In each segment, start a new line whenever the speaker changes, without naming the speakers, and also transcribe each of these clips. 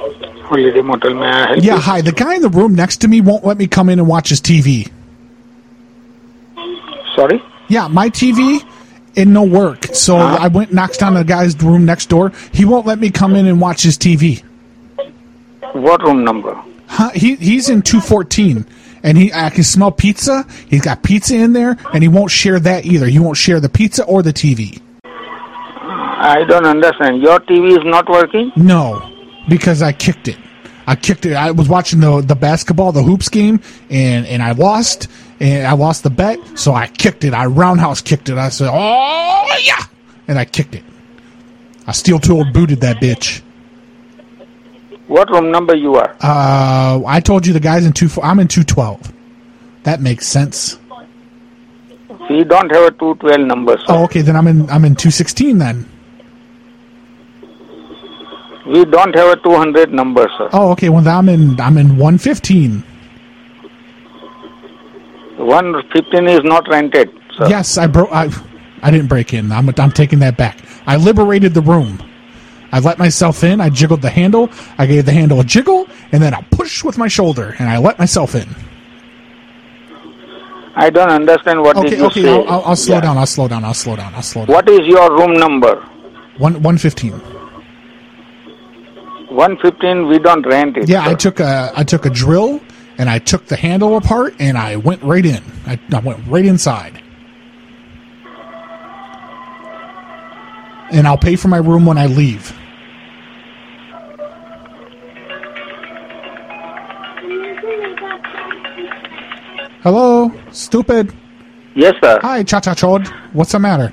Holiday Motel. May I help
Yeah,
you?
hi. The guy in the room next to me won't let me come in and watch his TV.
Sorry?
Yeah, my TV in no work. So I went knocks down the guy's room next door. He won't let me come in and watch his TV.
What room number?
Huh, he he's in 214 and he I can smell pizza. He's got pizza in there and he won't share that either. He won't share the pizza or the TV.
I don't understand. Your TV is not working?
No, because I kicked it. I kicked it. I was watching the the basketball, the hoops game, and and I lost, and I lost the bet. So I kicked it. I roundhouse kicked it. I said, "Oh yeah," and I kicked it. I steel toed booted that bitch.
What room number you are?
Uh, I told you the guys in two. I'm in two twelve. That makes sense.
We don't have a 212 number, sir.
Oh, okay. Then I'm in. I'm in two sixteen. Then.
We don't have a 200 number, sir.
Oh, okay. Well, then I'm in. I'm in one fifteen. Oh.
115 is not rented, sir.
Yes, I broke. I, I didn't break in. I'm, I'm taking that back. I liberated the room. I let myself in. I jiggled the handle. I gave the handle a jiggle, and then a push with my shoulder, and I let myself in.
I don't understand what did
Okay,
you
okay.
say.
I'll, I'll, I'll slow
Yeah.
down. I'll slow down. I'll slow down. I'll slow down.
What is your room number?
One one fifteen.
115, we don't rent it.
Yeah, I
sir.
took a I took a drill, and I took the handle apart, and I went right in. I, I went right inside. And I'll pay for my room when I leave. Hello, stupid.
Yes, sir.
Hi, cha cha chod. What's the matter?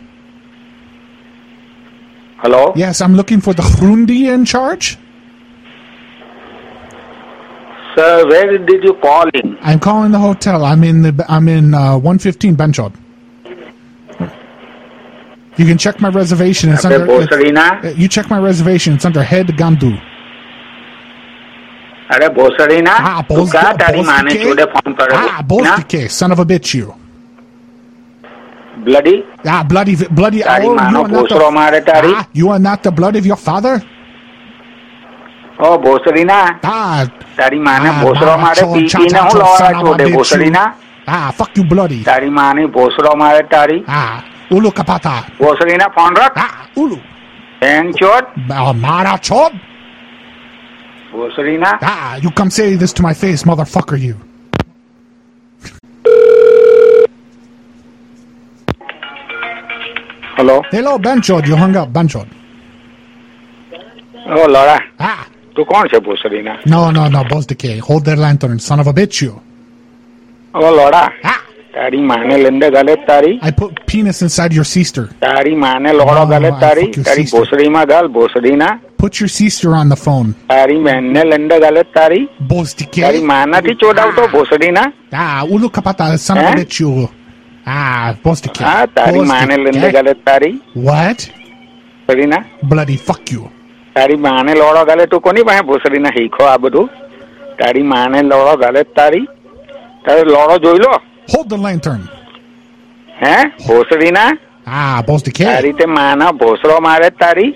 Hello?
Yes, I'm looking for the Hrundi in charge.
Sir, where did you call in?
I'm calling the hotel. I'm in the I'm in uh, 115 Benchod. You can check my reservation. It's
Abbe
under. it's-
Bosarina?
you check my reservation. It's under Head Gandu.
અરે ભોસડીના
uh, Ah,
તું
Bos-
કા તારી માને જોડે
Bostike.
Phone કર્યો
Ah, Bostike, son of a bitch, you.
Bloody
Ah, bloody, bloody.
તારી
oh, you
માનો
are not
ભોસડો
the,
મારે તારી
ah, you are not the blood of your father.
O ભોસડીના
Ah,
તારી માને
ah,
ભોસડો
Baba
મારે
Chod,
પી
Cha
પીને
Cha
હું
Chod,
Lavara
son of a
જોડે
bitch, you.
ભોસડીના
Ah, fuck you, bloody.
તારી માને ભોસડો મારે તારી
Ah, ulu kapata.
ભોસડીના ફોન રાખ
Ah, ulu.
બેન ચોટ
Ah, Mara Chod.
ભોસડીના
Ah, you come say this to my face, motherfucker, you.
Hello
Hello, Benchod. You hung up, Benchod.
ઓ લડા
Ah,
તું કોણ છે ભોસડીના
no, no, no, Boss Decay. Hold their lantern, son of a bitch, you.
ઓ લડા
Ah,
તારી માને લંડે ગાલે તારી
I put penis inside your sister.
તારી માને લોડો
Oh,
ગાલે
I
તારી
fuck your
તારી
sister.
ભોસડીમાં ગાલ ભોસડીના
Put your sister on the phone.
તારી બહેનને લંડે ગાલે તારી
Boss Decay.
તારી માનાથી ચોડાવતો ભોસડીના
Ah, ulu kapata, son of
Eh?
a bitch, you. Ah, Boss Decay.
હા તારી
Boss
માને
Decay.
લંડે ગાલે તારી
What?
ભોસડીના
Bloody fuck you.
તારી માને લોડો ગાલે તું કોની પાસે ભોસડીના શીખો આ બધું તારી માને લોડો ગાલે તારી તારે લોડો જોઈ લો
Hold the lantern.
હે ભોસડીના
Ah, Boss
આ
Decay.
રીતે માના ભોસડો મારે તારી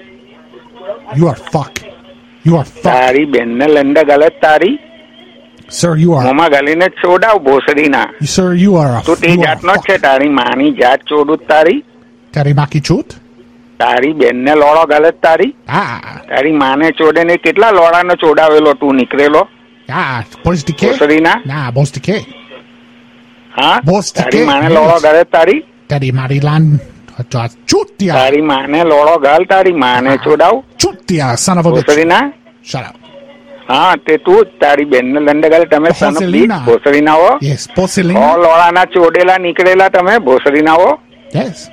You are fuck. You are fuck.
તારી બેનને લંડે ગાલે તારી
Sir, you are.
મોમાં ગાલીને ચોડાવ ભોસડીના
Sir, you are a.
તું તે
you are a
જાતનો જ
fuck.
છે તારી માની જાત ચોડું તારી
Tarimaki chut?
તારી બેનને લોડો ગાલે તારી
Ah,
તારી માને ચોડે ને કેટલા લોડાનો ચોડાવેલો તું નીકળેલો
ah, Boss Decay.
ભોસડીના
Nah, Boss Decay.
હા
બોસ થકે.
તારી માને લોડો ગાલે તારી
Daddy Marilan Chutia
તારી માને લોડો ગાલ તારી માને ચોડાવ
Chutia, son of a bitch.
ભોસડીના
Shut up.
હા તે તું જ તારી બેન ને લંડગાલ તમે સન ઓફ
ભોસડીના.
બીચ ભોસડીના હો
Yes,
ઓ
Porcelina.
લોળાના ચોડેલા નીકળેલા તમે ભોસડીના હો
Yes.